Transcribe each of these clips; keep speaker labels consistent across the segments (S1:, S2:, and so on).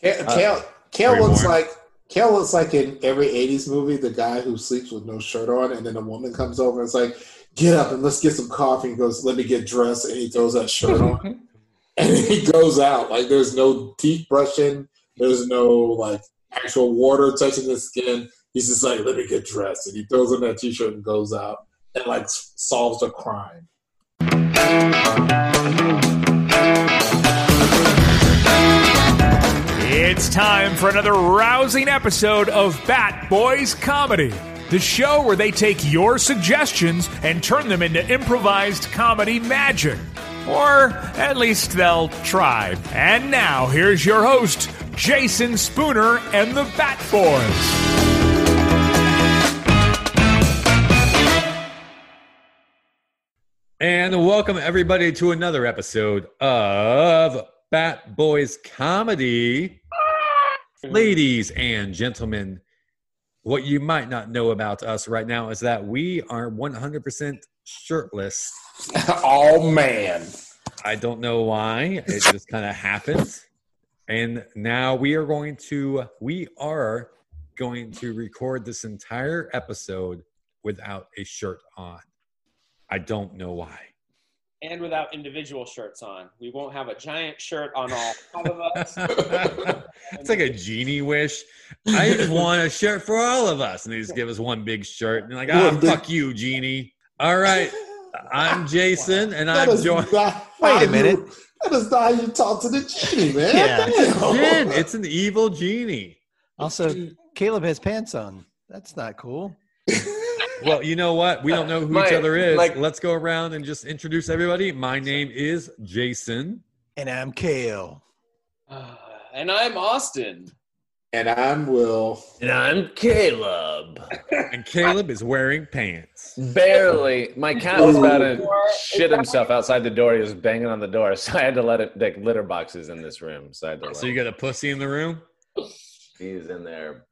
S1: Kale, Kale, Kale looks like Kale looks like in every '80s movie, the guy who sleeps with no shirt on, and then a woman comes over and it's like, "Get up and let's get some coffee." And goes, "Let me get dressed," and he throws that shirt on, and he goes out. Like there's no teeth brushing, there's no like actual water touching the skin. He's just like, "Let me get dressed," and he throws on that t-shirt and goes out and like solves a crime.
S2: It's time for another rousing episode of Bat Boys Comedy, the show where they take your suggestions and turn them into improvised comedy magic. Or at least they'll try. And now, here's your host, Jason Spooner and the Bat Boys.
S3: And welcome everybody to another episode of Bat Boys Comedy. Ladies and gentlemen, what you might not know about us right now is that we are 100% shirtless.
S1: oh man,
S3: I don't know why, it just kind of happened. And now we are going to we are going to record this entire episode without a shirt on. I don't know why.
S4: and without individual shirts on. We won't have a giant shirt on all five of us.
S3: it's like a genie wish. I just want a shirt for all of us. And they just give us one big shirt. And you're like, ah,
S1: One big-
S3: fuck you, genie. All right. I'm Jason and
S1: That
S3: I'm
S1: is
S3: joined.
S1: not
S5: Wait a
S1: how you-
S5: minute.
S1: that is not how you talk to the genie, man.
S5: Yeah.
S1: Damn.
S3: Jin, it's an evil genie.
S5: Also, Caleb has pants on. That's not cool.
S3: Well, you know what? We don't know who
S4: My-
S3: each other is.
S4: like-
S3: Let's go around and just introduce everybody. My name is Jason.
S5: And I'm Kale.
S4: Uh, and I'm Austin.
S1: and I'm Will.
S6: And I'm Caleb.
S3: And Caleb is wearing pants.
S6: Barely. My cat was about to
S4: Or-
S6: shit himself outside the door. He was banging on the door, so I had to let it. Like litter boxes in this room, so I had to. Let
S3: So you got a pussy in the room?
S6: he's in there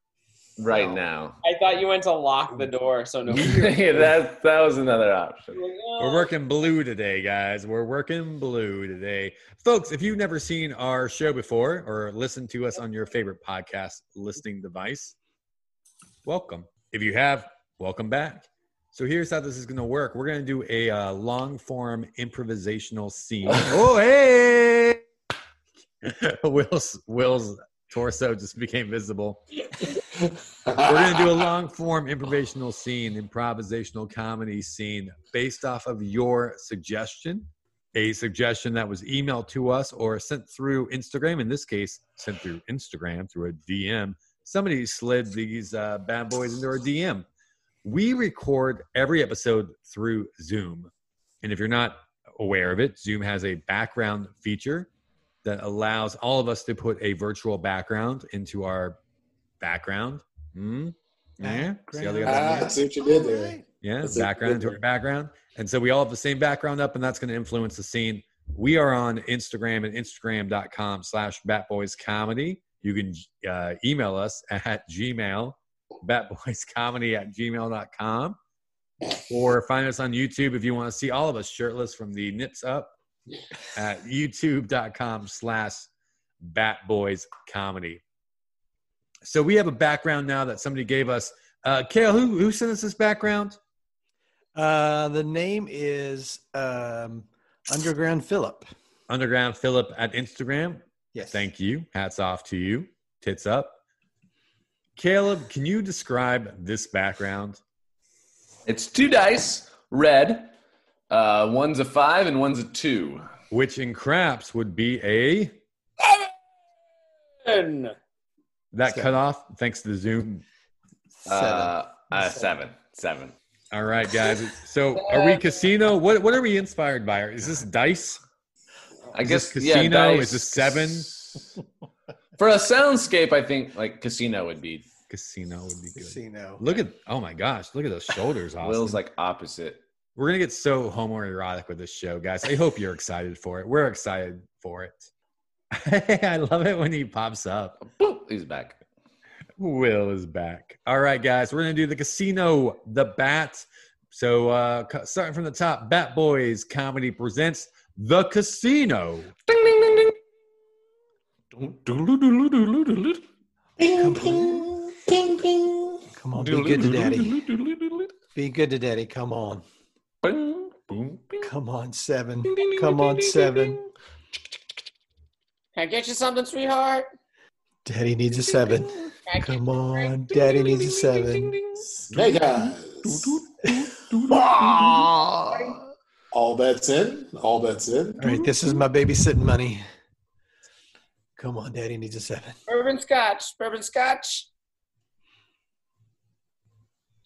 S6: right now.
S4: I thought you went to lock the door, so no.
S6: Yeah, that that was another option.
S4: Oh.
S3: We're working blue today, guys. We're working blue today. Folks, if you've never seen our show before or listened to us on your favorite podcast listening device, welcome. If you have, welcome back. So here's how this is going to work. We're going to do a uh, long form improvisational scene. oh, hey! Will's, Will's torso just became visible. We're going to do a long form improvisational scene, improvisational comedy scene based off of your suggestion, a suggestion that was emailed to us or sent through Instagram. In this case, sent through Instagram through a DM. Somebody slid these uh, bad boys into our DM. We record every episode through Zoom. And if you're not aware of it, Zoom has a background feature that allows all of us to put a virtual background into our background. Hmm? Yeah. See how they got that?
S1: Ah, I see what you did there.
S3: Yeah,
S1: That's a
S3: background
S1: good
S3: to
S1: one.
S3: our background. And so we all have the same background up, and that's going to influence the scene. We are on Instagram at instagram.com slash batboyscomedy. You can uh, email us at gmail, batboyscomedy at gmail.com, or find us on YouTube if you want to see all of us shirtless from the nips up at youtube.com slash batboyscomedy. So we have a background now that somebody gave us. Uh, Kale, who, who sent us this background?
S5: Uh, the name is um, Underground Philip.
S3: Underground Philip at Instagram.
S5: Yes.
S3: Thank you. Hats off to you. Tits up. Caleb, can you describe this background?
S6: It's two dice, red. Uh, one's a five and one's a two.
S3: Which in craps would be a
S4: Seven.
S3: that
S5: Seven.
S3: cut off thanks to the Zoom.
S5: Seven.
S6: Uh, uh, seven, seven.
S3: All right, guys. So are we casino? What what are we inspired by? Is this dice?
S6: I
S3: Is
S6: guess
S3: this
S6: yeah,
S3: casino?
S6: dice.
S3: Is this seven?
S6: For a soundscape, I think like casino would be.
S3: Casino would be good.
S5: Casino.
S3: Look at oh my gosh, look at those shoulders, Austin.
S6: Will's like opposite.
S3: We're gonna get so homoerotic with this show, guys. I hope you're excited for it. We're excited for it. I love it when he pops up.
S6: Boop, he's back.
S3: Will is back. All right, guys, we're gonna do the casino, the bat. So uh cu- starting from the top, Bat Boys Comedy presents the casino.
S1: Ping, ping, ping, ping.
S5: Come on, be good to daddy. Be good to daddy. Come on.
S6: Boom, boom, bing,
S5: Come on, seven.
S6: ding, ding,
S5: Come
S6: ding,
S5: on,
S6: ding, ding,
S5: seven.
S6: ding.
S4: Can I get you something, sweetheart?
S5: Daddy needs a seven.
S4: Can I get-
S5: Come on, daddy needs a seven.
S1: Snake Eyes.
S5: Ah!
S1: All bets in. All bets in.
S5: All right, this is my babysitting money. Come on, daddy needs a seven.
S4: Bourbon scotch. Bourbon scotch.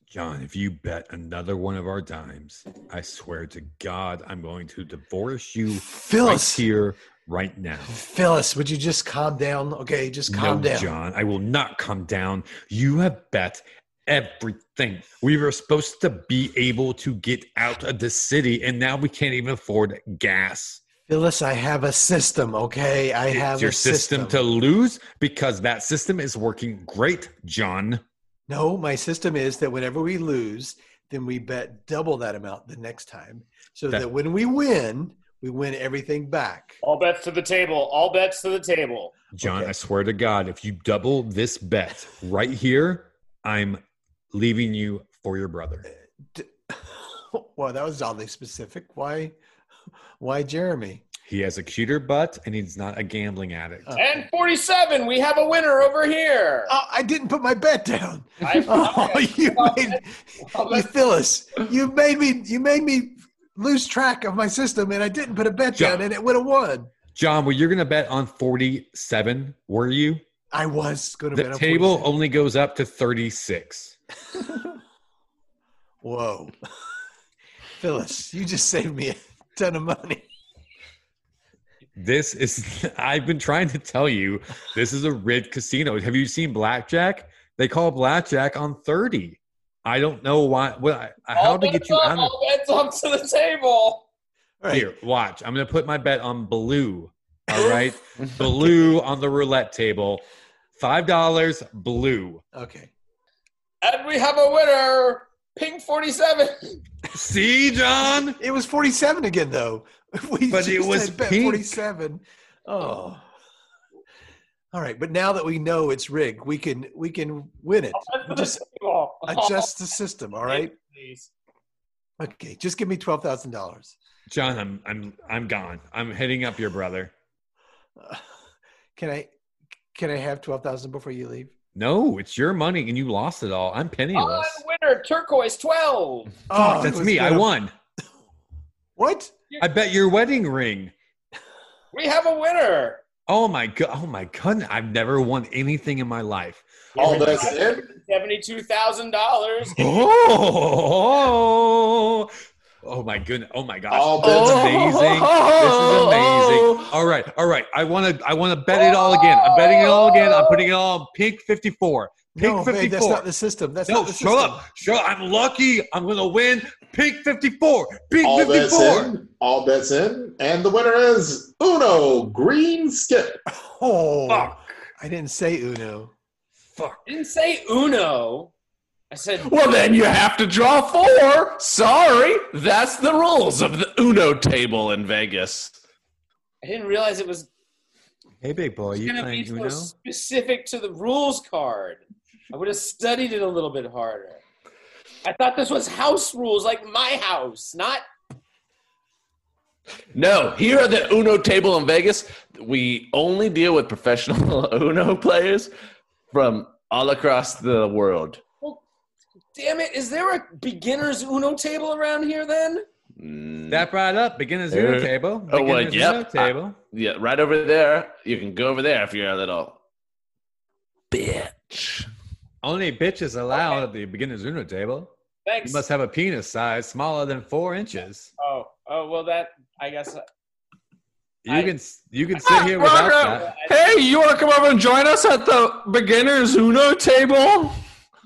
S3: John, if you bet another one of our dimes, I swear to God, I'm going to divorce you right
S5: Phyllis,
S3: here, right now.
S5: Phyllis, would you just calm down? Okay, just calm
S3: no,
S5: down.
S3: John, I will not calm down. You have bet everything. We were supposed to be able to get out of the city, and now we can't even afford gas.
S5: Phyllis, I have a system. Okay, I
S3: It's
S5: have
S3: your
S5: a system.
S3: to lose because that system is working great, John.
S5: No, my system is that whenever we lose, then we bet double that amount the next time, so
S3: That-
S5: that when we win, we win everything back.
S4: All bets to the table. All bets to the table.
S3: John,
S5: Okay.
S3: I swear to God, if you double this bet right here, I'm leaving you for your brother.
S5: D- Well, that was oddly specific. Why? Why Jeremy?
S3: He has a cuter butt and he's not a gambling addict.
S5: Uh,
S4: And 47. We have a winner over here.
S5: Oh, I didn't put my bet down.
S4: I-
S5: Oh, you made
S4: All
S5: you,
S4: bets-
S5: Phyllis. You made me. You made me lose track of my system, and I didn't put a bet
S3: John.
S5: down, and it would have won.
S3: John, were you going to bet on 47? Were you?
S5: I was going to bet
S3: The
S5: on
S3: table
S5: 47.
S3: only goes up to 36.
S5: Whoa, Phyllis, you just saved me a ton of money.
S3: This is, I've been trying to tell you, this is a rigged casino. Have you seen Blackjack? They call Blackjack on 30. I don't know why. What, how
S4: all
S3: to get
S4: bets
S3: you
S4: up,
S3: out of
S4: All bets up to the table.
S5: All right,
S3: Here, watch. I'm going to put my bet on blue. All right. blue on the roulette table. $5 blue.
S5: okay.
S4: And we have a winner. Ping 47.
S3: See, John?
S5: It was forty-seven again, though. We
S3: But it
S5: just
S3: was
S5: said bet
S3: pink.
S5: forty-seven. Oh. All right, but now that we know it's rigged, we can we can win it.
S4: All bets
S5: Just
S4: to the table.
S5: adjust the system. All right.
S4: Please.
S5: Okay, just give me twelve thousand dollars.
S3: John, I'm I'm I'm gone. I'm hitting up your brother.
S5: Can I can I have twelve thousand before you leave?
S3: No, it's your money and you lost it all. I'm
S4: On
S3: penniless.
S4: winner, turquoise 12.
S5: Oh,
S3: That's
S5: it was
S3: me. I
S5: gonna-
S3: won.
S5: What?
S3: I bet your wedding ring.
S4: We have a winner.
S3: Oh my god. Oh my goodness. I've never won anything in my life.
S1: All bets in.
S4: $72,000.
S3: Oh. Oh my goodness. Oh my gosh.
S1: All
S3: This is
S1: bets
S3: amazing. This is
S6: oh.
S3: amazing. All right. All right. I want to I want to bet it all again. I'm betting it all again. I'm putting it all on pink 54. Pink
S5: No,
S3: 54.
S5: babe, that's not the system. That's
S3: No,
S5: not the
S3: shut
S5: system.
S3: up. Shut up. I'm lucky. I'm going to win. Pink 54. Pink
S1: All bets
S3: 54.
S1: in. All bets in. And the winner is Uno Green Skip.
S5: Oh,
S3: Fuck.
S5: I didn't say Uno.
S3: Fuck.
S4: I didn't say Uno. I said
S6: Well, then you have to draw four. Sorry. That's the rules of the Uno table in Vegas.
S4: I didn't realize it was
S3: Hey, big boy. You
S4: going to be
S3: playing
S4: so
S3: Uno?
S4: specific to the rules card. I would have studied it a little bit harder. I thought this was house rules, like my house, not
S6: No, here at the Uno table in Vegas, we only deal with professional Uno players from all across the world.
S4: Damn it! Is there a beginner's Uno table around here then?
S6: Mm,
S3: That brought up beginner's Uno
S6: Uh,
S3: table.
S6: oh, well,
S3: Beginner's
S6: yep.
S3: Uno table.
S6: yeah, right over there. You can go over there if you're a little bitch.
S3: Only bitches allowed at the beginner's Uno table.
S4: Thanks.
S3: You must have a penis size smaller than four inches.
S4: oh, oh well, that I guess.
S3: You
S4: I-
S3: can you can sit here without that.
S6: Hey, you want to come over and join us at the beginner's Uno table?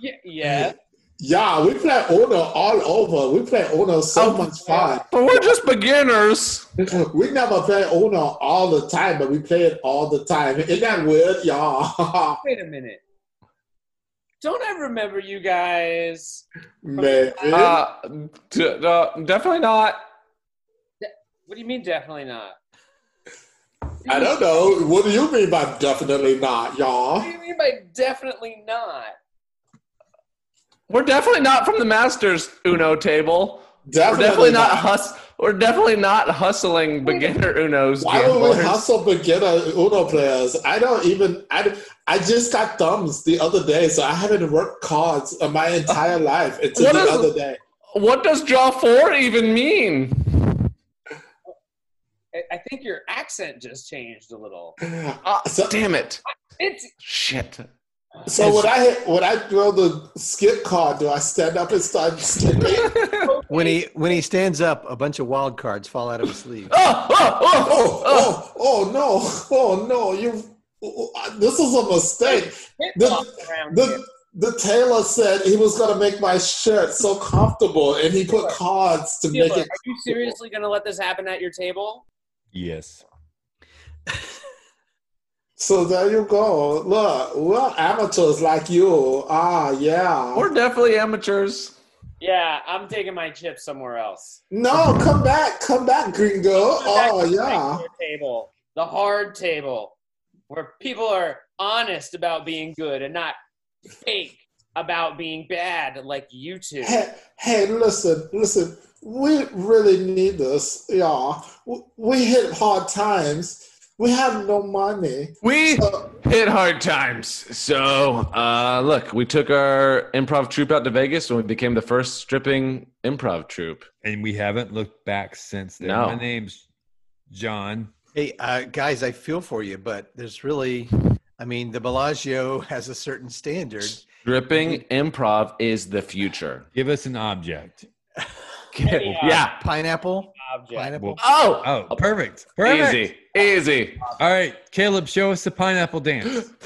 S4: Yeah, yeah.
S1: Yeah, we play Uno all over. We play Uno so
S6: Oh,
S1: much fun.
S6: But we're just beginners.
S1: We never play Uno all the time, but we play it all the time. Isn't that weird, y'all?
S4: Wait a minute. Don't I remember you guys?
S1: Man.
S6: Uh, d- uh, definitely not.
S4: What do you mean? Definitely not.
S1: I don't know. What do you mean by definitely not, y'all?
S4: What do you mean by definitely not?
S6: We're definitely not from the Masters Uno table.
S1: Definitely,
S6: we're definitely not, hus- We're definitely not hustling beginner Unos.
S1: Why would we
S6: gamblers.
S1: hustle beginner Uno players? I don't even. I, I just got thumbs the other day, so I haven't worked cards in my entire life until
S6: What
S1: the
S6: is-
S1: other day.
S6: What does draw four even mean?
S4: I- I think your accent just changed a little.
S6: Ah,
S1: So-
S6: damn it!
S4: It's
S6: Shit.
S1: So when I hit, when I throw the skip card, do I stand up and start skipping?
S5: When he when he stands up, a bunch of wild cards fall out of his sleeve.
S6: Oh, oh, oh,
S1: oh, oh, oh no, oh no! You, oh, oh, this is a mistake.
S4: flip-flops around here.
S1: The the tailor said he was gonna make my shirt so comfortable, and he put cards to make
S4: Taylor,
S1: it.
S4: Are you seriously going to let this happen at your table?
S3: Yes.
S1: So there you go. Look, we're amateurs like you. Ah, yeah.
S6: We're definitely amateurs.
S4: Yeah, I'm taking my chips somewhere else.
S1: no, come back, come back, gringo. Oh
S4: Back to the
S1: yeah.
S4: regular Table, the hard table, where people are honest about being good and not fake about being bad, like you two.
S1: hey, hey, listen, listen. We really need this, y'all. W- We hit hard times. We have no money.
S6: We
S1: So,
S6: hit hard times. So, uh, look, we took our improv troupe out to Vegas and we became the first stripping improv troupe.
S3: And we haven't looked back since then.
S6: No.
S3: My name's John.
S5: Hey uh, guys, I feel for you, but there's really, I mean, the Bellagio has a certain standard.
S6: Stripping improv is the future.
S3: Give us an object.
S4: Any
S6: yeah.
S5: Pineapple,
S4: object.
S5: pineapple.
S6: Oh,
S3: Oh, perfect. Perfect.
S6: easy, easy.
S3: All right, Caleb, show us the pineapple dance.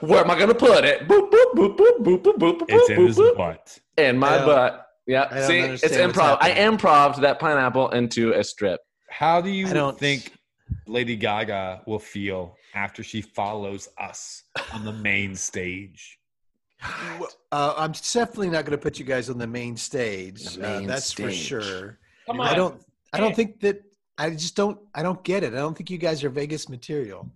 S6: Where am I gonna put it? Boop, boop, boop, boop, boop, boop, boop,
S3: It's
S6: boop,
S3: in his
S6: boop.
S3: butt.
S6: In
S5: I
S6: my
S5: don't-
S6: butt.
S5: I
S6: Yeah.
S5: don't
S6: See, it's
S5: understand what's
S6: improv. I improved that pineapple into a strip.
S3: How do you
S5: I don't-
S3: think Lady Gaga will feel after she follows us on the main stage?
S5: Well, Uh, I'm definitely not going to put you guys on the main stage.
S6: The main
S5: uh, that's for
S6: stage.
S5: sure.
S4: Come on.
S5: I don't. I
S4: Hey.
S5: don't think that. I just don't. I don't get it. I don't think you guys are Vegas material.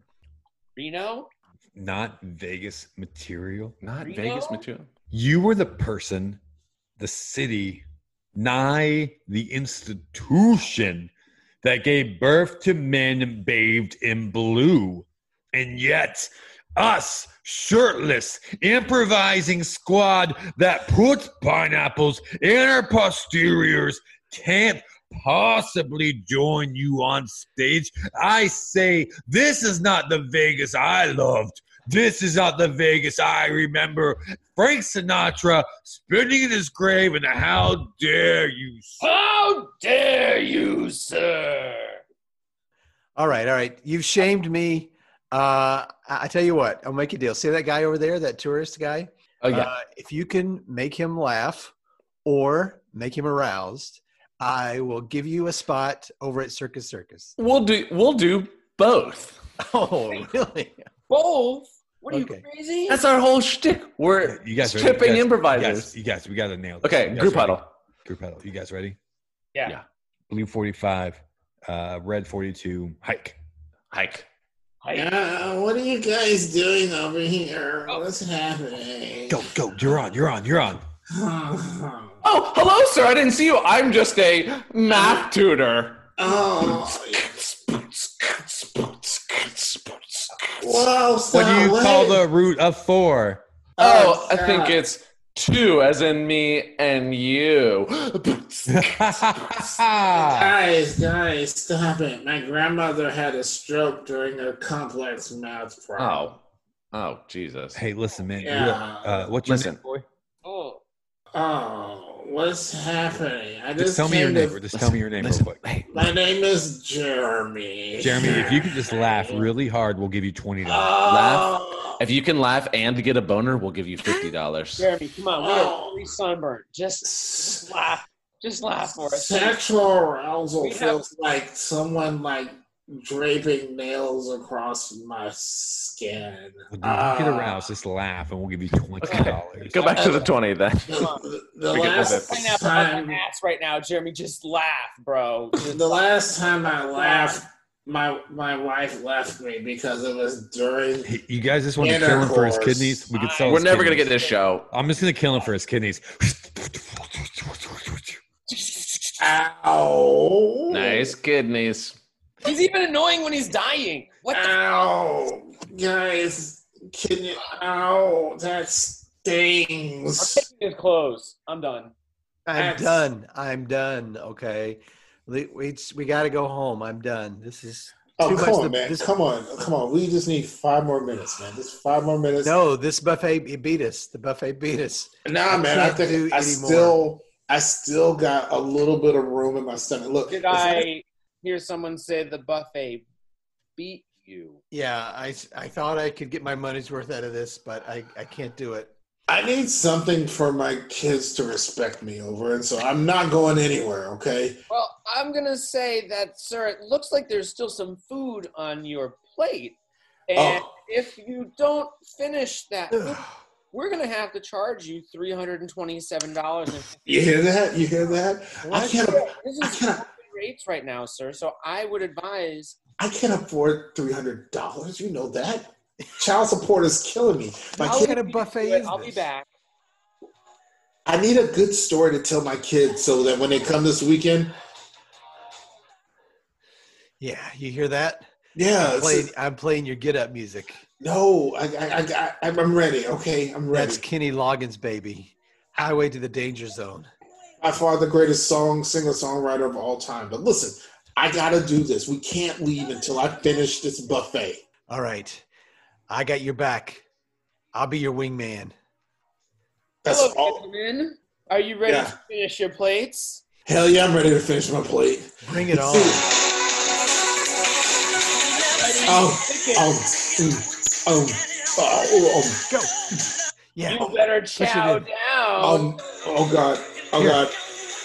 S4: Reno?
S3: Not Vegas material.
S6: Not
S4: Reno?
S6: Vegas material.
S3: You were the person, the city, nigh the institution that gave birth to men bathed in blue. And yet, us, shirtless, improvising squad that puts pineapples in our posteriors, can't possibly join you on stage. I say, this is not the Vegas I loved. This is not the Vegas I remember. Frank Sinatra spinning in his grave, and how dare you?
S4: How dare you, sir?
S5: All right, all right. You've shamed me. Uh, I, I tell you what. I'll make a deal. See that guy over there, that tourist guy.
S6: Oh, yeah.
S5: Uh, if you can make him laugh or make him aroused, I will give you a spot over at Circus Circus.
S6: We'll do we'll do both.
S5: Oh, really?
S4: Both? What are
S5: Okay.
S4: you crazy?
S6: That's our whole shtick. We're
S3: You guys ready?
S6: stripping
S3: Yes,
S6: improvisers.
S3: Yes, you guys, we got to nail. This.
S6: Okay,
S3: You guys
S6: group
S3: ready?
S6: huddle.
S3: Group huddle. You guys ready?
S4: Yeah.
S6: Yeah.
S3: Blue forty-five, uh, red forty-two. Hike.
S6: Hike.
S4: Hey,
S1: Yeah, Uh, what are you guys doing over here?
S4: Oh.
S1: What's happening?
S3: Go, go. You're on. You're on. You're on.
S1: oh,
S6: Oh, hello, sir. I didn't see you. I'm just a math tutor. Oh,
S1: wow,
S3: What do you call the root of four?
S6: Oh, I think it's two, as in me and you.
S1: Guys, guys, stop it. My grandmother had a stroke during a complex math problem.
S6: oh, oh, Jesus.
S3: hey, listen, man.
S1: Yeah.
S3: Look, Uh, what's your
S6: Listen.
S3: name, boy?
S4: Oh,
S1: Oh, what's happening? I
S3: Just tell me your
S1: came to-
S3: name. or Just tell me your name real
S6: Listen,
S3: quick.
S6: hey,
S1: My name is Jeremy.
S3: Jeremy, if you could just laugh really hard, we'll give you twenty dollars.
S6: Uh,
S3: Uh,
S1: Oh,
S6: if you can laugh and get a boner, we'll give you fifty dollars.
S4: Jeremy, come on. We're
S1: Oh.
S4: fully sunburned. Just laugh. Just laugh for us.
S1: Sexual arousal
S4: We have-
S1: feels like someone like draping nails across my skin.
S3: Well, dude,
S1: Uh,
S3: you get aroused, just laugh, and we'll give you twenty dollars.
S6: Go back to the 20 then.
S1: the, the
S6: We get
S1: last
S6: this.
S4: Playing out
S1: time,
S4: my ass right now, Jeremy. Just laugh, bro.
S1: the last time I laughed, my my wife left me because it was during.
S3: Hey, you guys just want to
S1: And
S3: kill
S1: of
S3: him for his
S1: course.
S3: kidneys? We could sell.
S6: We're
S3: his
S6: never going to
S3: kidneys.
S6: get this show.
S3: I'm just gonna kill him for his kidneys.
S1: Ow!
S6: Nice kidneys.
S4: He's even annoying when he's dying. What
S1: Ah.
S4: the?
S1: Ow! Guys, can you? Ow! That
S4: I'm
S1: stings.
S4: taking his clothes. I'm done.
S5: I'm
S1: That's-
S5: done. I'm done. Okay. Le- We, it's- we got to go home. I'm done. This is
S1: Oh
S5: Too
S1: come
S5: much
S1: on,
S5: the-
S1: man!
S5: this-
S1: Come on, come on! We just need five more minutes, man. Just five more minutes.
S5: no, this buffet it beat us. The buffet beat us.
S1: Nah,
S5: I
S1: man. I
S5: can't do
S1: think I
S5: anymore.
S1: still, I still got a little bit of room in my stomach. Look,
S4: Did
S1: it's-
S4: I hear someone say the buffet beat you?
S5: Yeah, I, s- I thought I could get my money's worth out of this, but I, I can't do it.
S1: I need something for my kids to respect me over, and so I'm not going anywhere. Okay.
S4: Well, I'm gonna say that, sir. It looks like there's still some food on your plate, and
S1: Oh.
S4: if you don't finish that, food, we're gonna have to charge you three hundred and twenty-seven dollars.
S1: You hear that? You hear that? I can't.
S4: This
S1: I
S4: is
S1: can't-
S4: market rates right now, sir. So I would advise.
S1: I can't afford three hundred dollars. You know that. Child support is killing me. My
S5: How
S1: kid,
S5: can a buffet
S4: But
S5: is
S4: I'll be
S5: this?
S4: back.
S1: I need a good story to tell my kids so that when they come this weekend,
S5: Yeah, you hear that?
S1: yeah,
S5: I'm
S1: it's-
S5: playing, I'm playing your get up music.
S1: no, I, I, I, I, I'm ready. Okay, I'm ready.
S5: That's Kenny Loggins, baby. Highway to the danger zone.
S1: by far the greatest song singer songwriter of all time. But listen, I gotta do this. We can't leave until I finish this buffet.
S5: All right. I got your back. I'll be your wingman.
S1: That's
S4: Hello,
S1: all.
S4: gentlemen. Are you ready
S1: Yeah.
S4: to finish your plates?
S1: Hell yeah, I'm ready to finish my plate.
S5: Bring it on.
S1: Oh, um, mm, um, oh,
S5: Go. Yeah.
S4: You better
S5: it
S4: chow
S5: in.
S4: down.
S1: um, um, oh god, oh
S5: Here.
S1: god.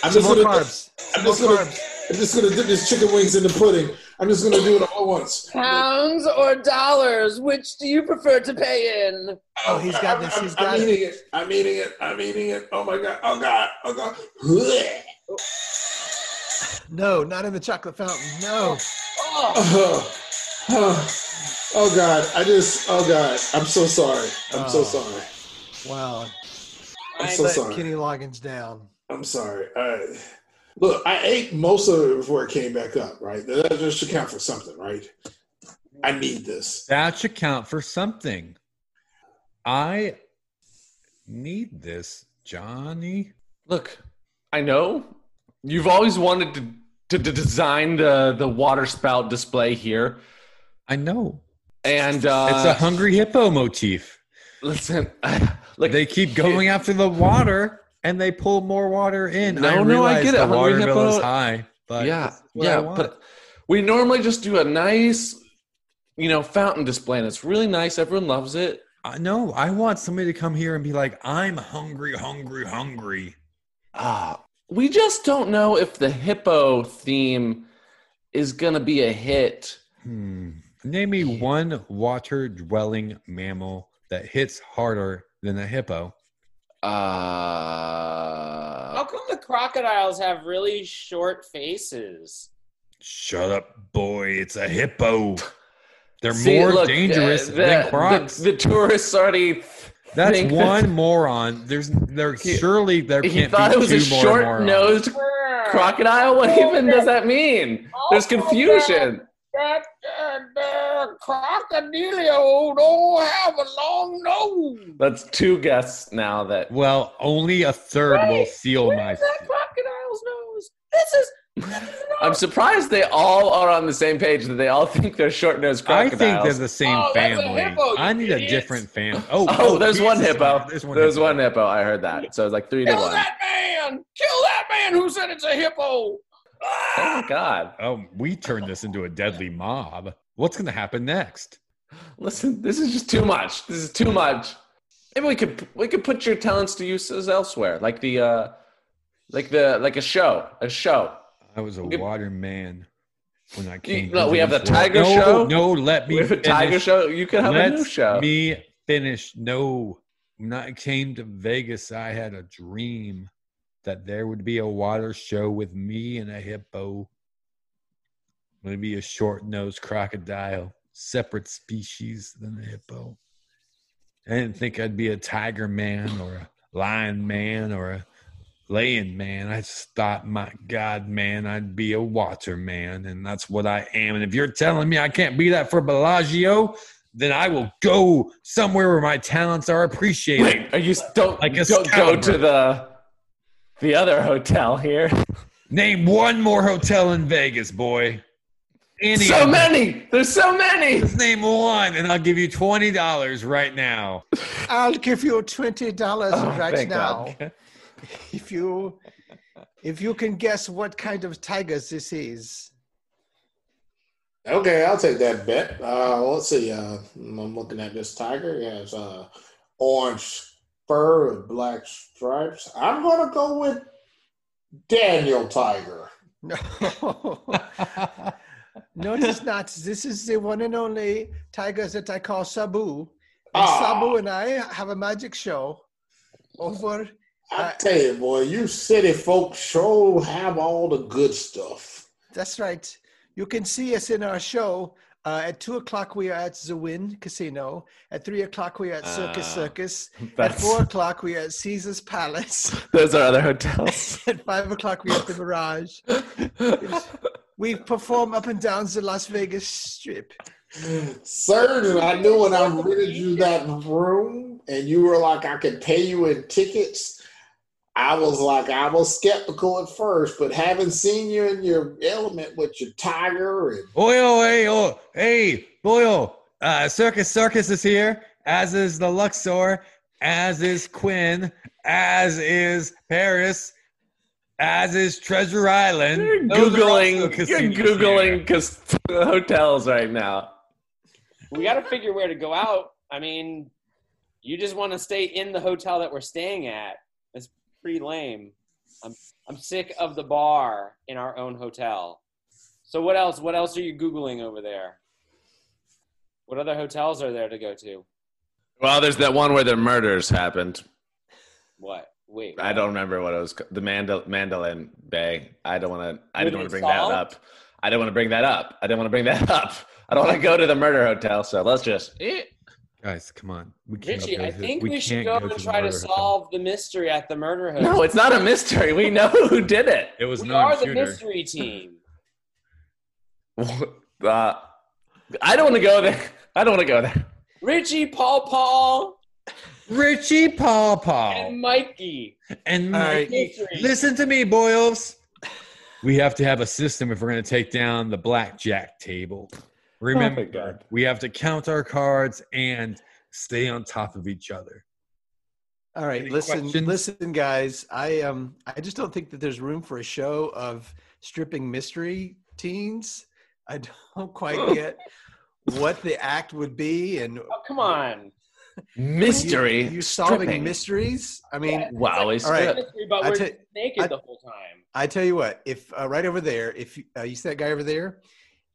S1: I'm
S5: Some
S1: just
S5: more
S1: gonna,
S5: carbs.
S1: I'm
S5: Some more
S1: just gonna,
S5: carbs.
S1: I'm just gonna dip this chicken wings in the pudding. I'm just gonna do it all at once.
S4: Pounds or dollars? Which do you prefer to pay in?
S5: Oh, he's got this.
S1: I'm-
S5: He's
S1: I'm,
S5: got
S1: I'm
S5: it.
S1: eating it. I'm eating it. I'm eating it. Oh my god. Oh god. Oh god. Blech.
S5: No, not in the chocolate fountain. No.
S4: Oh,
S1: Oh, oh, oh God! I just oh God! I'm so sorry. I'm so
S5: Oh.
S1: sorry.
S5: Wow.
S1: I'm
S4: I
S1: so
S5: Let
S1: sorry.
S5: Kenny Loggins down.
S1: I'm sorry. I, look, I ate most of it before it came back up. Right? That that should count for something, right? I need this.
S3: That should count for something. I need this, Johnny.
S6: Look, I know you've always wanted to, to, to design the, the water spout display here.
S3: I know
S6: And uh,
S3: it's a hungry hippo motif.
S6: listen, look,
S3: They keep going after the water, and they pull more water in.
S6: No,
S3: I
S6: no, I
S3: realize
S6: get it.
S3: The
S6: Hungry
S3: water bill
S6: hippo-
S3: is high, but
S6: yeah,
S3: it's what I
S6: yeah.
S3: want.
S6: But we normally just do a nice, you know, fountain display, and it's really nice. Everyone loves it.
S3: I no, I want somebody to come here and be like, "I'm hungry, hungry, hungry."
S6: Uh, we just don't know if the hippo theme is gonna be a hit.
S3: Hmm. Name me one water-dwelling mammal that hits harder than a hippo.
S4: how
S6: Uh,
S4: come the crocodiles have really short faces?
S3: Shut up, boy! It's a hippo. They're
S6: see,
S3: more
S6: look,
S3: dangerous
S6: uh,
S3: than crocs.
S6: The, the tourists already.
S3: That's
S6: think
S3: one moron. There's there
S6: He-
S3: surely there
S6: He
S3: can't
S6: thought
S3: be
S6: it was
S3: two
S6: a
S3: more
S6: short
S3: morons.
S6: nosed crocodile. What even does that mean? There's confusion.
S4: That uh, uh, crocodilio don't have a long nose.
S6: That's two guests now that
S3: Well, only a third will
S4: Wait,
S1: Oh,
S3: seal my.
S4: Where's that crocodile's nose? This is.
S6: I'm surprised they all are on the same page that they all think they're short nosed
S3: I think
S6: crocodiles.
S3: they're the same
S4: Oh, that's a
S3: family.
S4: hippo, you
S3: I need a
S4: idiots.
S3: different family. Oh,
S6: Oh, there's one
S3: Jesus,
S6: hippo.
S3: There's one.
S6: There's
S3: hippo.
S6: one hippo. I heard that. So it's like three to
S4: Kill
S6: one.
S4: that man! Kill that man who said it's a hippo!
S6: Oh my God.
S3: Oh, we turned this into a deadly mob. What's going to happen next?
S6: Listen, this is just too much. This is too much. Maybe we could we could put your talents to uses elsewhere, like the uh, like the like a show, a show.
S3: I was a
S6: Yep.
S3: water man. when I came.
S6: no,
S3: into
S6: we have
S3: this
S6: the
S3: world.
S6: Tiger
S3: no,
S6: Show.
S3: No, let me
S6: We have a tiger
S3: finish.
S6: show. You could have
S3: Let
S6: a new show.
S3: me finish. No, when I came to Vegas, I had a dream that there would be a water show with me and a hippo, maybe a short-nosed crocodile, separate species than the hippo. I didn't think I'd be a tiger man or a lion man or a laying man. I just thought, my God, man, I'd be a water man, and that's what I am. And if you're telling me I can't be that for Bellagio, then I will go somewhere where my talents are appreciated.
S6: Wait, are you don't
S3: Like a
S6: don't go
S3: scalper.
S6: to the the other hotel here?
S3: Name one more hotel in Vegas, boy. Any
S6: so
S3: of them.
S6: many. There's so many.
S3: Just name one, and I'll give you twenty dollars right now.
S5: I'll give you twenty dollars
S6: Oh,
S5: right
S6: thank
S5: now
S6: God.
S5: if you if you can guess what kind of tigers this is.
S1: Okay, I'll take that bet. Uh, let's see. Uh, I'm looking at this tiger. It has uh, orange fur with black stripes. I'm going to go with Daniel Tiger.
S5: No, no, it is not. This is the one and only tigers that I call Sabu. And
S1: Ah.
S5: Sabu and I have a magic show over.
S1: I
S5: I-
S1: tell you, boy, you city folk sure have all the good stuff.
S5: That's right. You can see us in our show. Uh, at two o'clock, we are at the Wynn Casino. At three o'clock, we are at Circus
S6: Ah.
S5: Circus. At
S6: That's-
S5: four o'clock, we are at Caesar's Palace.
S6: Those are other hotels.
S5: at five o'clock we have the Mirage. We perform up and down the Las Vegas Strip.
S1: Surgeon, I knew when I rented you that room and you were like, I could pay you in tickets. I was like, I was skeptical at first, but having seen you in your element with your tiger and
S3: Boy, oh, hey, oh, hey, boy, oh, uh, Circus Circus is here, as is the Luxor, as is Quinn, as is Paris, as is Treasure Island.
S6: You're
S3: Those are also
S6: googling.
S3: casinos
S6: You're googling
S3: here.
S6: cause hotels right now.
S4: We got to figure where to go out. I mean, you just want to stay in the hotel that we're staying at. That's pretty lame. I'm I'm sick of the bar in our own hotel. So what else? What else are you googling over there? What other hotels are there to go to?
S6: Well, there's that one where the murders happened.
S4: What? Wait.
S6: I don't remember what it was. ca- The Mandal- Mandolin Bay. I don't want to. I
S4: Were
S6: didn't want
S4: they
S6: to bring
S4: solved?
S6: that up. I didn't want to bring that up. I didn't want to bring that up. I don't want to go to the murder hotel. So let's just. eh.
S3: Guys, come on. We can't
S4: Richie,
S3: go
S4: I
S3: to-
S4: think we,
S3: can't
S4: should go,
S3: to
S4: and
S3: the
S4: try to
S3: murder hotel.
S4: solve the mystery at the murder hotel.
S6: No, it's not a mystery. We know who did it.
S3: It was
S4: we
S3: not
S4: are
S3: shooter.
S4: the mystery team.
S6: Uh, I don't want to go there. I don't want to go there.
S4: Richie, Paul, Paul,
S3: Richie Paw Paw
S4: and Mikey.
S3: and
S5: All right.
S3: Mikey.
S4: Mystery.
S3: Listen to me, boils. We have to have a system if we're going to take down the blackjack table. Remember,
S6: thank Oh God.
S3: we have to count our cards and stay on top of each other.
S5: All right,
S3: Any
S5: listen,
S3: questions?
S5: listen, guys. I um, I just don't think that there's room for a show of stripping mystery teens. I don't quite get what the act would be, and
S4: Oh, come on.
S6: Mystery.
S5: you, you solving
S6: stripping.
S5: mysteries. I mean,
S4: Yeah.
S6: Wow. It's
S5: All right.
S6: good.
S4: Mystery, but
S5: I
S4: we're
S5: ta-
S4: just naked
S5: I-
S4: the whole time.
S5: I tell you what, if uh, right over there, if you- uh, you see that guy over there,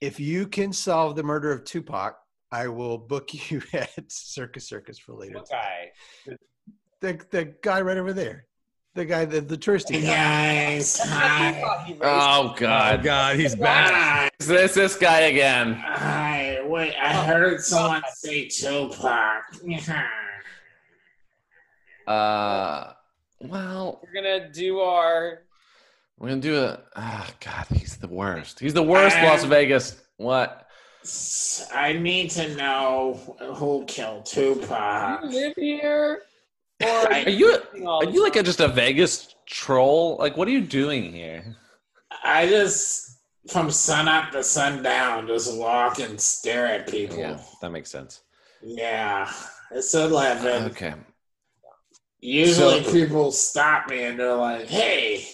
S5: if you can solve the murder of Tupac, I will book you at Circus Circus for later.
S4: Look, I.
S5: The, the guy right over there, the guy, the, the touristy guy.
S1: guys. Hi.
S4: Hi.
S6: Oh
S3: Oh,
S6: God.
S3: God, he's back.
S1: Hi.
S6: Is this this guy again?
S1: Hi. Wait, I heard someone say Tupac.
S6: Uh. Well,
S4: We're gonna do our.
S6: we're gonna do a. Ah, God, he's the worst. He's the worst. Las
S1: Um,
S6: Vegas. What?
S1: I need to know who killed Tupac.
S4: Do you live here? Or
S6: Are you? Ah. Are you like a, just a Vegas troll? Like, what are you doing here?
S1: I just from sun up to sundown just walk and stare at people.
S6: Yeah,
S1: Yeah,
S6: that makes sense.
S1: it's eleven.
S6: Okay.
S1: Usually
S6: So-
S1: people stop me and they're like, "Hey,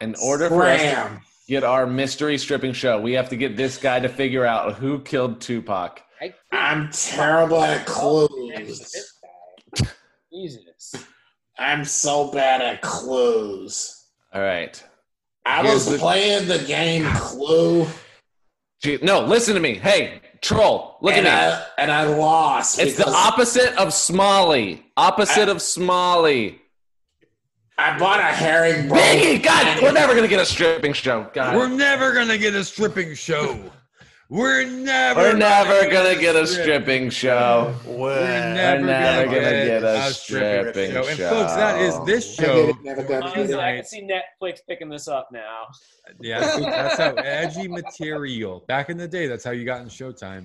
S6: In order for us to
S1: Graham."
S6: get our mystery stripping show, we have to get this guy to figure out who killed Tupac.
S4: I
S1: I'm terrible at clues.
S4: Jesus. Jesus.
S1: I'm so bad at clues.
S6: All right.
S1: I
S6: Here's
S1: was
S6: the-
S1: playing the game Clue
S6: Gee, no, listen to me. Hey, troll, look
S1: and
S6: at me.
S1: I, and I lost.
S6: it's the
S1: because
S6: opposite of Smalley. Opposite of Smalley.
S1: I bought a herring bro.
S6: Biggie, God, we're never gonna get a stripping show. God,
S3: We're
S6: we're,
S3: never gonna get a stripping show. We're never.
S6: never gonna get a stripping show.
S3: We're never,
S6: never
S3: gonna,
S6: gonna
S3: get,
S6: get a
S3: a stripping,
S6: stripping
S3: show. And folks, that is this
S1: Never
S3: show.
S1: get it, never got it.
S4: Honestly, I can see Netflix picking this up now.
S3: Yeah, that's how edgy material. Back in the day, that's how you got in Showtime.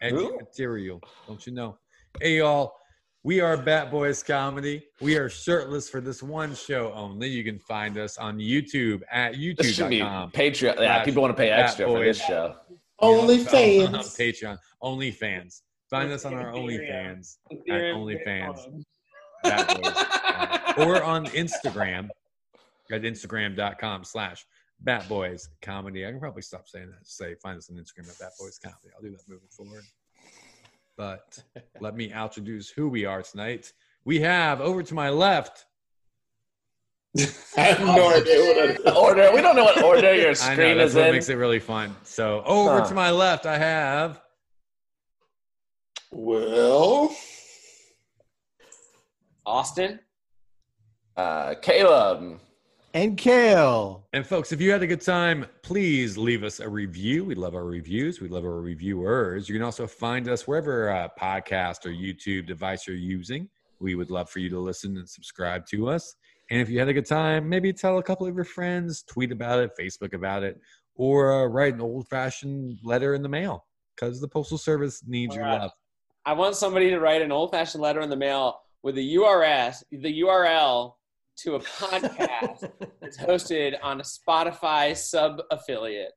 S3: Edgy
S6: Ooh.
S3: material, don't you know? Hey, y'all, we are Bat Boys Comedy. We are shirtless for this one show only. You can find us on YouTube at
S6: This should be
S3: youtube.com.
S6: Patreon. Yeah,
S3: Slash
S6: people want to pay
S3: Fat
S6: extra for
S3: Boys.
S6: this show.
S1: Only
S3: You know,
S1: fans.
S3: On Patreon. Only fans. Find us on our OnlyFans. At OnlyFans. Bat Boys. or on Instagram at Instagram.com slash Bat Boys Comedy. I can probably stop saying that. Just say find us on Instagram at Bat Boys Comedy. I'll do that moving forward. But let me introduce who we are tonight. We have over to my left.
S1: I have no idea what that is.
S6: Order. We don't know what order your
S3: I know
S6: screen
S3: that's
S6: is
S3: what
S6: in.
S3: makes it really fun. So over
S6: Huh.
S3: to my left, I have
S1: Well,
S4: Austin.
S6: Uh, Caleb.
S5: And Kale.
S3: and folks, if you had a good time, please leave us a review. We love our reviews. We love our reviewers. You can also find us wherever uh, podcast or YouTube device you're using. We would love for you to listen and subscribe to us. And if you had a good time, maybe tell a couple of your friends, tweet about it, Facebook about it, or uh, write an old fashioned letter in the mail because the Postal Service needs your
S4: All right.
S3: love.
S4: I want somebody to write an old-fashioned letter in the mail with the URS, the URL to a podcast that's hosted on a Spotify sub affiliate.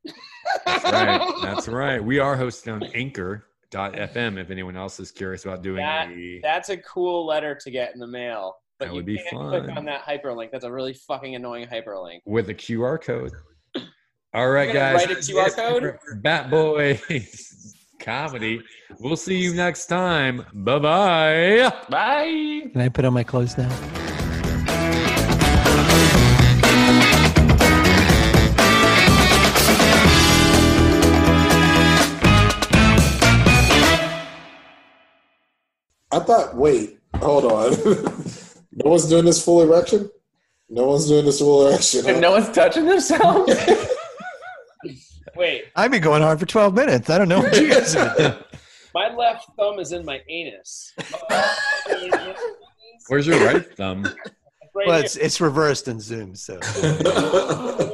S3: That's right. That's right. We are hosted on anchor.fm if anyone else is curious about doing
S4: That-
S3: the.
S4: That's a cool letter to get in the mail. But
S3: That
S4: you
S3: would be
S4: can't
S3: fun.
S4: click on that hyperlink. That's a really fucking annoying hyperlink.
S3: with a QR code. All right,
S4: You're gonna
S3: guys.
S4: write a QR code?
S3: Bat Boys comedy. We'll see you next time. Bye bye.
S6: Bye.
S5: Can I put on my clothes now?
S1: I thought, wait, hold on. no one's doing this full erection? No one's doing this full erection.
S6: And no one's touching themselves.
S4: Wait,
S5: I've been going on for 12 minutes. I don't know what you guys are doing.
S4: my left thumb is in my anus.
S3: Where's your right thumb?
S4: Right
S5: Well,
S4: here.
S5: it's, it's reversed in Zoom, so.
S1: huh?